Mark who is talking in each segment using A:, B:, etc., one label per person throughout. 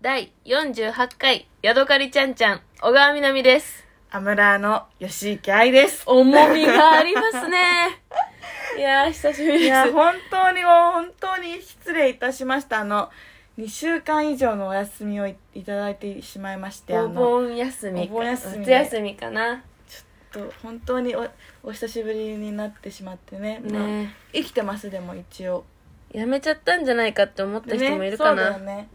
A: 第48回、ヤドカリちゃんちゃん、小川みなみです。
B: アムラーの吉池愛です。
A: 重みがありますね。 いやー、久しぶり
B: い
A: です。
B: や、本当にもう本当に失礼いたしました。あの、2週間以上のお休みをいいただいてしまいまして、あ
A: お
B: の、ちょ
A: 盆休みか。
B: お盆休み
A: 夏休みかな。
B: っと本当におお久しぶりになってしまってね。まあ
A: ね
B: 生きてます、でも一応。
A: やめちゃったんじゃないかって思った人もいるか
B: ねそ
A: な。
B: うだよね。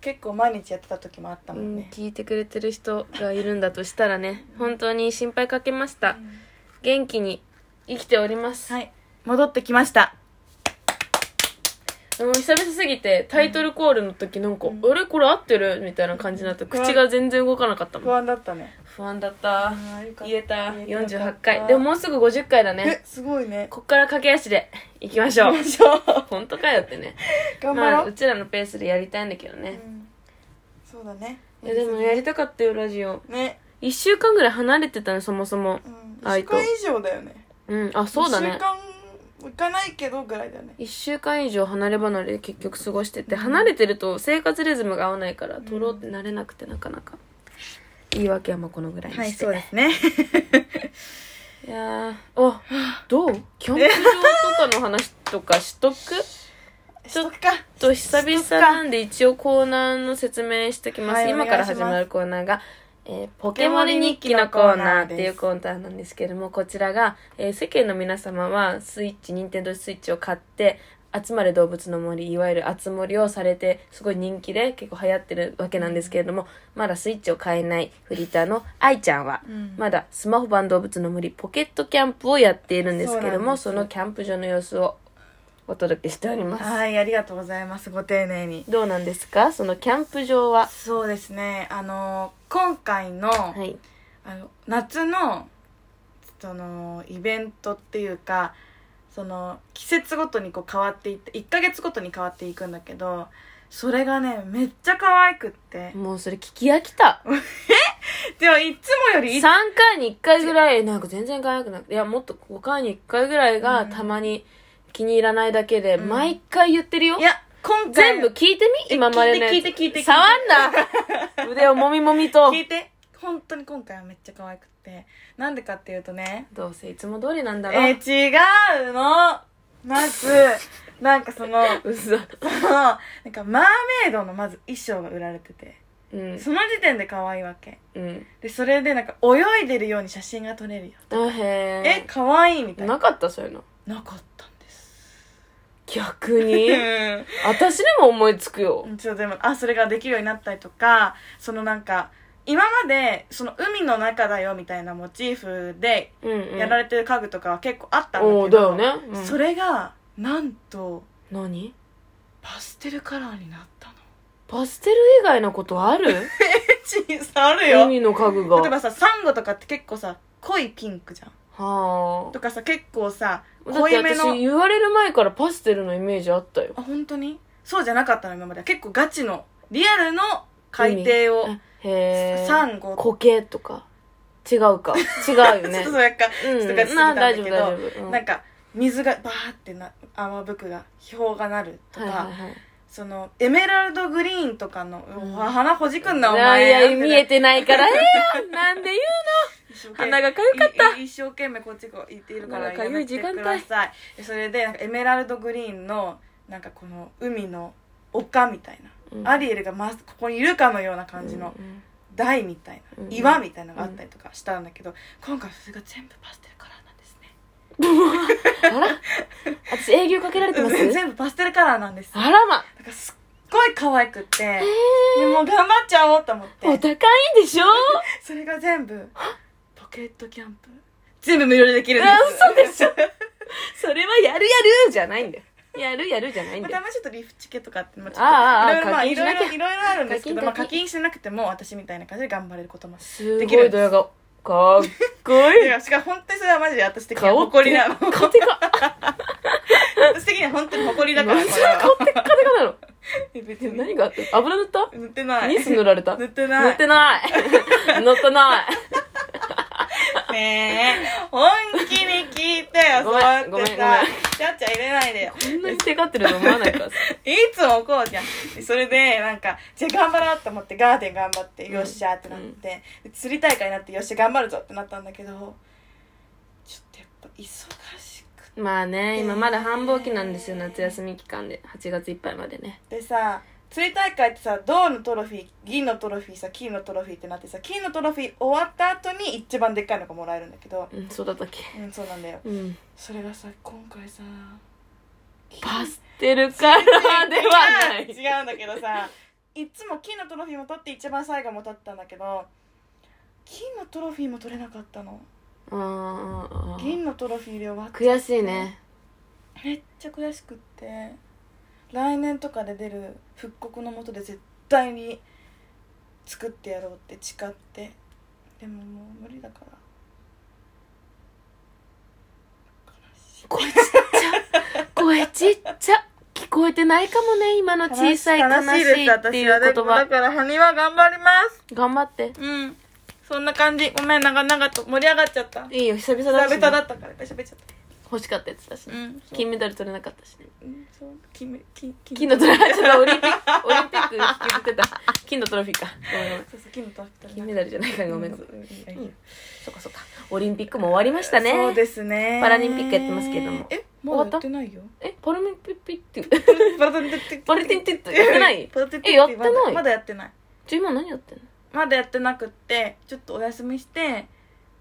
B: 結構毎日やってた時もあった
A: う
B: も
A: ん、
B: んね。
A: 聞いてくれてる人がいるんだとしたらね、本当に心配かけました。元気に生きております。
B: はい。戻ってきました。
A: うん、久々すぎてタイトルコールの時なんか「
B: うん
A: あれこれ合ってる?」みたいな感じになって
B: 不安
A: 口が全然動かなかった
B: 不
A: もん
B: 安だったね。
A: 不安だった
B: あーよかっ
A: 言えた
B: 言えてよかっ
A: 48
B: た
A: 回でももうすぐ50回だ
B: え
A: ね、
B: すごいね。
A: こっから駆け足で行きましょう本当かよってね
B: 頑張
A: まあ
B: ろ
A: う
B: う。
A: ちらのペースでやりたいんだけど
B: う
A: ね、
B: んそうだね。
A: いやでもやりたかったよラジオ
B: ね。
A: 1週間ぐらい離れてたねそもそも
B: うん、
A: あ
B: 1
A: い
B: 週
A: と
B: 間以上だよね
A: うんあそうだ
B: 1
A: ね
B: 週間もいかないけどぐらいだよね
A: 1週間以上離れ離れで結局過ごしてて、
B: うん
A: 離れてると生活リズムが合わないから取ろうってなれなくてなかなか言い訳はもうこのぐらいにして、い、
B: すね
A: やーおどうキャンプ場とかの話とかしとく
B: ちょっとか
A: と久々なんで一応コーナーの説明してきます、
B: はい
A: 今から
B: お願いし
A: 始
B: ます
A: まるコーナーが「えーポケモリ日記のコーナー」っていうコーナーなんですけどもこちらが、えー世間の皆様はスイッチ任天堂スイッチを買って集まれ動物の森いわゆる集盛りをされてすごい人気で結構流行ってるわけなんですけれどもまだスイッチを買えないフリーターの愛ちゃんは、
B: うん
A: まだスマホ版動物の森ポケットキャンプをやっているんですけれどもそ
B: そうなん
A: の
B: です
A: キャンプ場の様子をお届けしております。
B: はいありがとうございますご丁寧に
A: どうなんですかそのキャンプ場は。
B: そうですねあの今回の,、
A: はい。
B: あの夏のそのイベントっていうかその季節ごとにこう変わっていって1ヶ月ごとに変わっていくんだけどそれがねめっちゃ可愛くって
A: もうそれ聞き飽きた。
B: でもいつもよ
A: 3
B: りいつ
A: 回に1回ぐらい、なんか全然可愛くなくて、いや、もっと5回に1回ぐらいが
B: うん
A: たまに気に入らないだけで、
B: うん
A: 毎回言ってるよ
B: い。や今回
A: 全部聞いてみ今までのやつ
B: 聞いて聞いて聞いて聞いて
A: 触 んな腕をもみもみと。
B: 聞いて本当に今回はめっちゃ可愛くってなんでかっていうとね
A: どうせいつも通りなんだろ
B: え
A: う。
B: ー、違うのまずなんかその
A: うそ。
B: なんかマーメイドのまず衣装が売られてて
A: うん。
B: その時点で可愛いわけ
A: うん。
B: でそれでなんか泳いでるように写真が撮れるよ
A: あへ
B: え可愛いみた
A: え。
B: いな
A: なかったそういうの。
B: なかったんです
A: 逆に
B: うん
A: 私でも思いつくよ。
B: ちょっとでもあそれができるようになったりとかそのなんか今までその海の中だよみたいなモチーフで
A: うん、うん。
B: やられてる家具とかは結構あったんだけど、
A: おーだよね。うん
B: それがなんと
A: 何
B: パステルカラーになったの
A: パステル以外のことある
B: あるよ例
A: 海の家具が。
B: えばさサンゴとかって結構さ濃いピンクじゃん
A: は
B: とかさ結構さ
A: あ。だっ
B: 濃
A: て
B: いめ
A: 私
B: の
A: 言われる前からパステルのイメージあったよ。
B: あ本当にそうじゃなかったの今までは結構ガチのリアルの海底を
A: あへえ。
B: サンゴ
A: 苔とか。違う か。違うよ
B: ちょ
A: ね
B: っと。それか、
A: うん
B: ちょっと
A: う
B: ガチ
A: ん。
B: すぎた
A: なん
B: だ
A: 大
B: け
A: 丈夫
B: ど
A: 大丈夫。うん
B: なんか水がバーってな雨吹くが氷がなるとか、
A: はいはいはい。
B: そのエメラルドグリーンとかの、
A: うん
B: お花ほじくんなお
A: いや
B: 前
A: いや、見えてないから。ええやんなんで言鼻が痒か
B: った一生懸命こっちが言っているから
A: なんか痒い時間帯
B: やめてくださいそれでなんかエメラルドグリーンのなんかこの海の丘みたいな、
A: うの
B: アリエルがまずここにいるかのような感じの。
A: うん
B: 台みたいな、
A: うん
B: 岩みたいなのがあったりとかしたんだけど、今回それが全部パステルカラーなんです ね
A: あら私営業かけられてます
B: 全部パステルカラーなんですだか
A: あらま。
B: らすっごい可愛くって、
A: え
B: でもう頑張っちゃおうと思っ
A: え。お
B: て
A: 高いんでしょ
B: それが全部ポケットキャンプ全部無料でできるんで
A: あ
B: す
A: 嘘でしょそれはやるやるじゃないんだよ。やるやるじゃないん
B: ま
A: だ
B: た
A: よ。
B: まあちょっとリフチケとかってまあちょ
A: ああああ
B: っといろいろまあ
A: 課金
B: い
A: しな
B: ろ
A: きゃ
B: いろいろいろあるんですけど
A: 課金
B: まあ
A: 課金
B: 課金しなくても私みたいな感じで頑張れることも
A: す
B: でき
A: ご
B: る
A: い
B: ん
A: ド
B: で
A: ヤ
B: す
A: 顔。かっこい
B: い
A: い。
B: やしかも本当にそれはマジで私的には
A: 顔
B: 誇りなの
A: カテカ。
B: 私的には本当に誇り だからこれは
A: カテカなの。
B: 別に
A: 何があって油塗った
B: 塗ってない
A: ニス塗られた
B: 塗
A: 塗
B: ってない
A: って ない。塗ってない。
B: ねえ本気に聞いてよ
A: ご
B: そうや
A: めん、
B: っ
A: ごめん、ごめん
B: てさ。ちゃっちゃ入れないでよ
A: こんなに手がってると思わないからさ
B: いつもこうじゃん。それで、なんか、じゃあ頑張ろうと思って、ガーデン頑張って、
A: うん
B: よっしゃーってなって、で釣り大会になって、よっしゃ頑張るぞってなったんだけど、ちょっとやっぱ忙しく
A: まあね今まだ繁忙期なんですよ夏休み期間で8月いっぱいまでね
B: てさ、釣り大会ってさ、銅のトロフィー、銀のトロフィーさ、金のトロフィーってなってさ、金のトロフィー終わった後に一番でっかいのがもらえるんだけど、
A: うんそうだったっけ
B: うん、そうなんだよ。
A: うん
B: それがさ、今回さ、
A: パステルカラーではな
B: 違う
A: い
B: んだけどさいつも金のトロフィーも取って一番最後も取ったんだけど金のトロフィーも取れなかったの
A: うんうんうんうん
B: 銀のトロフィーで終わっ
A: 悔しいね
B: めっちゃ悔しくって来年とかで出る復刻のもとで絶対に作ってやろうって誓ってでももう無理だから
A: 声ちっちゃ声ちっちゃ聞こえてないかもね今の小さい悲しいっていう言葉
B: から埴輪頑張ります
A: 頑張って
B: うんそんな感じごめん長々と盛り上がっちゃった
A: いいよ久々だし
B: 久
A: ね
B: 々だったからいっぱい喋っちゃった
A: 欲しかったやつだしね
B: うんそう
A: 金メダル取れなかったしね
B: うんそう金メ金金
A: 金のトロフィーちょっとオリンピックオリンピック引きずってた金のトロフィーかごめんごめん
B: そうそう金の取った
A: 金メダルじゃないからごめんご
B: う
A: めん
B: んいやいや
A: うんそっかそっかオリンピックも終わりましたね
B: そうですね
A: パラリンピックやってますけども
B: え
A: 終
B: ま
A: わった
B: だやってないよ
A: えパラリンピックって
B: パラリンピック
A: パラリンピックやってない
B: パラリンピック
A: えやってない
B: まだまだやってない
A: じゃあ今何やってんの
B: まだやってなくってちょっとお休みして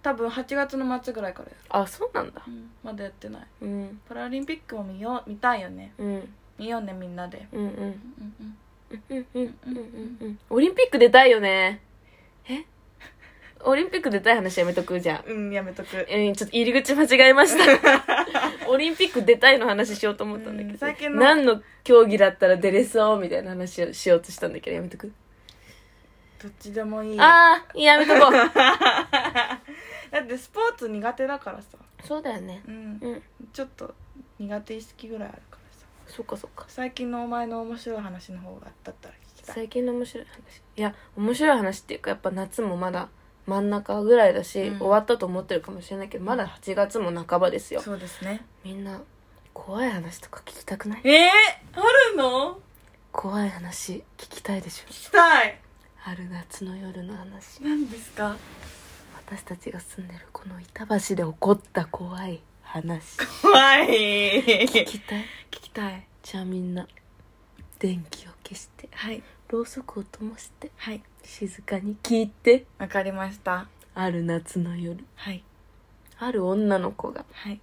B: 多分8月の末ぐらいからや
A: あそうなんだ
B: る、まだやってない
A: うん
B: パラリンピックも見よう見たいよね
A: うん
B: 見ようねみんなで
A: うんうん
B: うんうん
A: うんうんうんうんうんオリンピック出たいよねえオリンピック出たい話やめとくじゃん
B: うんうんやめとく
A: えーちょっと入り口間違えましたオリンピック出たいの話しようと思ったんだけ
B: うん
A: ど、
B: 最近の
A: 何の競技だったら出れそうみたいな話をしようとしたんだけどやめとく
B: どっちでもいいだ
A: ああやめとこう
B: ってスポーツ苦手だからさ
A: そうだよね
B: うん
A: うん
B: ちょっと苦手意識ぐらいあるからさ
A: そっかそっか
B: 最近のお前の面白い話の方がだったら聞きたい
A: 最近の面白い話いや面白い話っていうかやっぱ夏もまだ真ん中ぐらいだし、
B: うん
A: 終わったと思ってるかもしれないけどまだ8月も半ばですよ
B: そうですね
A: みんな怖い話とか聞きたくない
B: えー、あるの
A: 怖い話聞きたいでしょ
B: 聞きたい
A: ある夏の夜の話
B: 何ですか
A: 私たちが住んでるこの板橋で起こった怖い話
B: 怖い聞
A: 聞きたい
B: きたい
A: じゃあみんな電気を消して
B: はい
A: ろうそくを灯して
B: はい
A: 静かに聞いて
B: わかりました
A: ある夏の夜
B: はい
A: ある女の子が
B: はい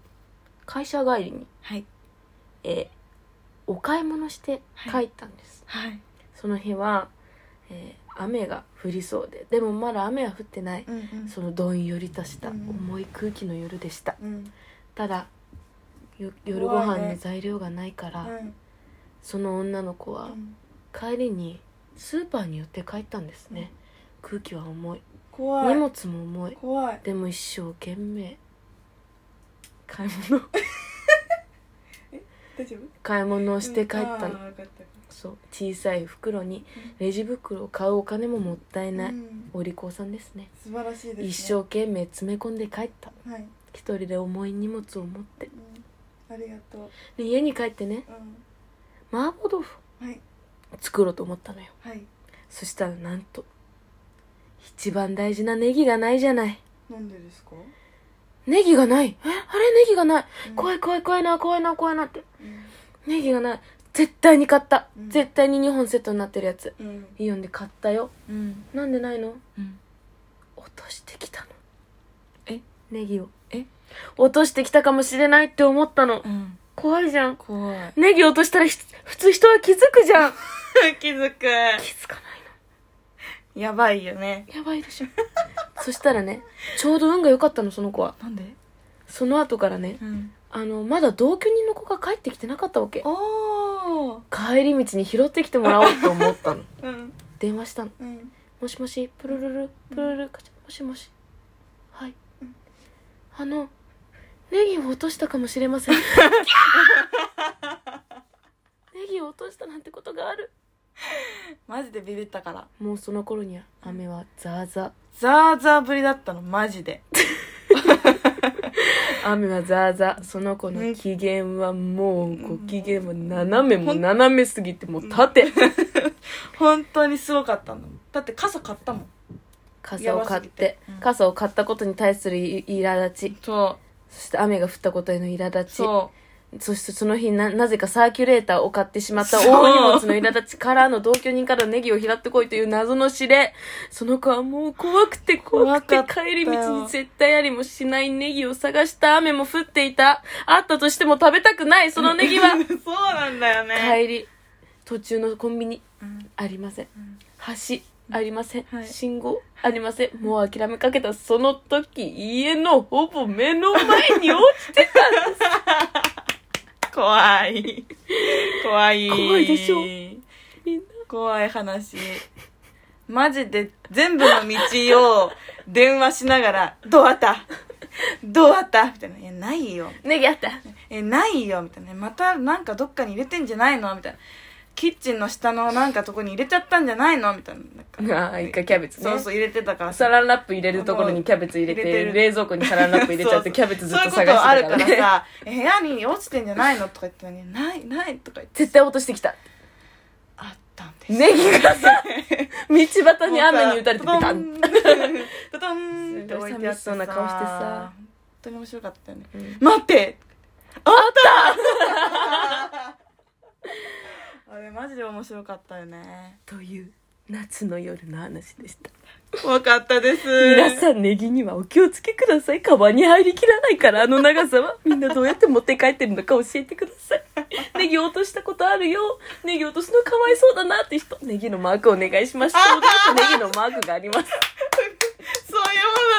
A: 会社帰りに、
B: はい
A: えーお買い物して帰ったんです、
B: はい
A: その日は、えー雨が降りそうででもまだ雨は降ってない
B: うんうん
A: そのどんよりとした
B: うん
A: 重い空気の夜でした
B: うん
A: ただよ夜ご
B: 怖い
A: 飯
B: ね
A: の材料がないか
B: う
A: ら、
B: ん
A: その女の子
B: う
A: は
B: ん
A: 帰りにスーパーに寄って帰ったんですね、空気は重い
B: 怖
A: 荷
B: い
A: 物も重い
B: 怖い
A: でも一生懸命買い 物
B: 大丈夫
A: 買い物をして帰ったの、
B: あーわかった
A: そう小さい袋にレジ袋を買うお金ももったいない、
B: うん
A: お利口さんですね
B: 素晴らしいです、ね、
A: 一生懸命詰め込んで帰った
B: はい、
A: 一人で重い荷物を持って
B: うん、ありがとう
A: で家に帰ってね
B: う
A: 麻婆豆腐
B: んはい
A: 作ろうと思ったのよ
B: はい
A: そしたらなんと一番大事なネギがないじゃない
B: なんでですか、
A: ネギがないえあれネギがない
B: うん
A: 怖い怖い怖いな怖いな怖いなって
B: うん
A: ネギがない絶対に買った、
B: うん
A: 絶対に2本セットになってるやつ
B: うん
A: イオンで買ったよ
B: うん
A: なんでないの
B: うん
A: 落としてきたの
B: え
A: ネギを
B: え
A: 落としてきたかもしれないって思ったの
B: うん
A: 怖いじゃん
B: 怖い
A: ネギ落としたらひ普通人は気づくじゃん
B: 気づ
A: 気
B: く
A: づかない
B: やばいよね
A: のやばいでしょそしたらねちょうど運が良かったのその子は
B: なんで
A: その後からね
B: うん
A: あのまだ同居人の子が帰ってきてなかったわけ
B: おー
A: 帰り道に拾ってきてもらおうと思ったの
B: うん
A: 電話したの
B: うん
A: もしもしプルルルプルルルカチャもしもしはいあのネギを落としたかもしれませんギャーネギを落としたなんてことがある
B: マジでビビったから
A: もうその頃には雨はザーザ
B: ザーザーぶりだったのマジで
A: ー雨はザーザーその子の機嫌はもうご機嫌も斜めも斜めすぎてもう縦
B: 本当にすごかったのだって傘買ったもん
A: 傘を買って
B: やばすぎてうん
A: 傘を買ったことに対するい苛立ち
B: そ
A: そして雨が降ったことへの苛
B: う
A: 立ち
B: そ
A: そしてその日ななぜかサーキュレーターを買ってしまった大
B: そう
A: 荷物の苛立ちからの同居人からのネギを拾ってこいという謎の指令その子はもう怖くて怖くて
B: 怖かったよ
A: 帰り道に絶対ありもしないネギを探した雨も降っていたあったとしても食べたくないそのネギ
B: う
A: は
B: そうなんだよね、
A: 帰り途中のコンビニ
B: うん
A: ありません
B: うん
A: 橋ありません、
B: はい
A: 信号ありませんもう諦めかけたその時家のほぼ目の前に落ちてたんです
B: 怖い怖い
A: 怖いでしょみんな
B: 怖い話マジで全部の道を電話しながら「どうあったどうあった?」みたいな「いやないよ」
A: ネギあった
B: えないよみたいなまたなんかどっかに入れてんじゃないのみたいなキッチンの下のなんかとこに入れちゃったんじゃないのみたいなな
A: あ
B: ん
A: あ一回キャベツね
B: そうそう入れてたから
A: サランラップ入れるところにキャベツ入れて
B: 入れてる
A: 冷蔵庫にサランラップ入れちゃって
B: そう
A: キ
B: そう
A: ャベツずっと探してたから,、ね、
B: そういうことあるからさえ部屋に落ちてんじゃないのとか言ってたのにないないとか言って
A: 絶対落としてきた
B: あったんです
A: ネギが さ道端に雨に打たれてて た
B: ドド
A: ん、
B: ンドドンって置いてあって
A: すごい寂しそうな顔してさ
B: 本当に面白かったよね
A: うん
B: 待ってあったあれマジで面白かったよね
A: という夏の夜の話でした
B: 怖かったです。
A: 皆さんネギにはお気をつけください川に入りきらないからあの長さはみんなどうやって持って帰ってるのか教えてくださいネギ落としたことあるよネギ落とすのかわいそうだなって人ネギのマークお願いしますちょうどよくネギのマークがあります
B: そういうも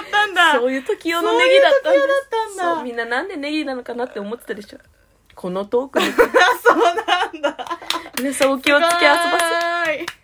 B: のだったんだ。
A: そういう時用のネギだったんです
B: そういう時用だったんだ
A: そうみんななんでネギなのかなって思ってたでしょこのトークに
B: そうなんだ。
A: 皆さんお気をつけ遊ばせ
B: ばせ。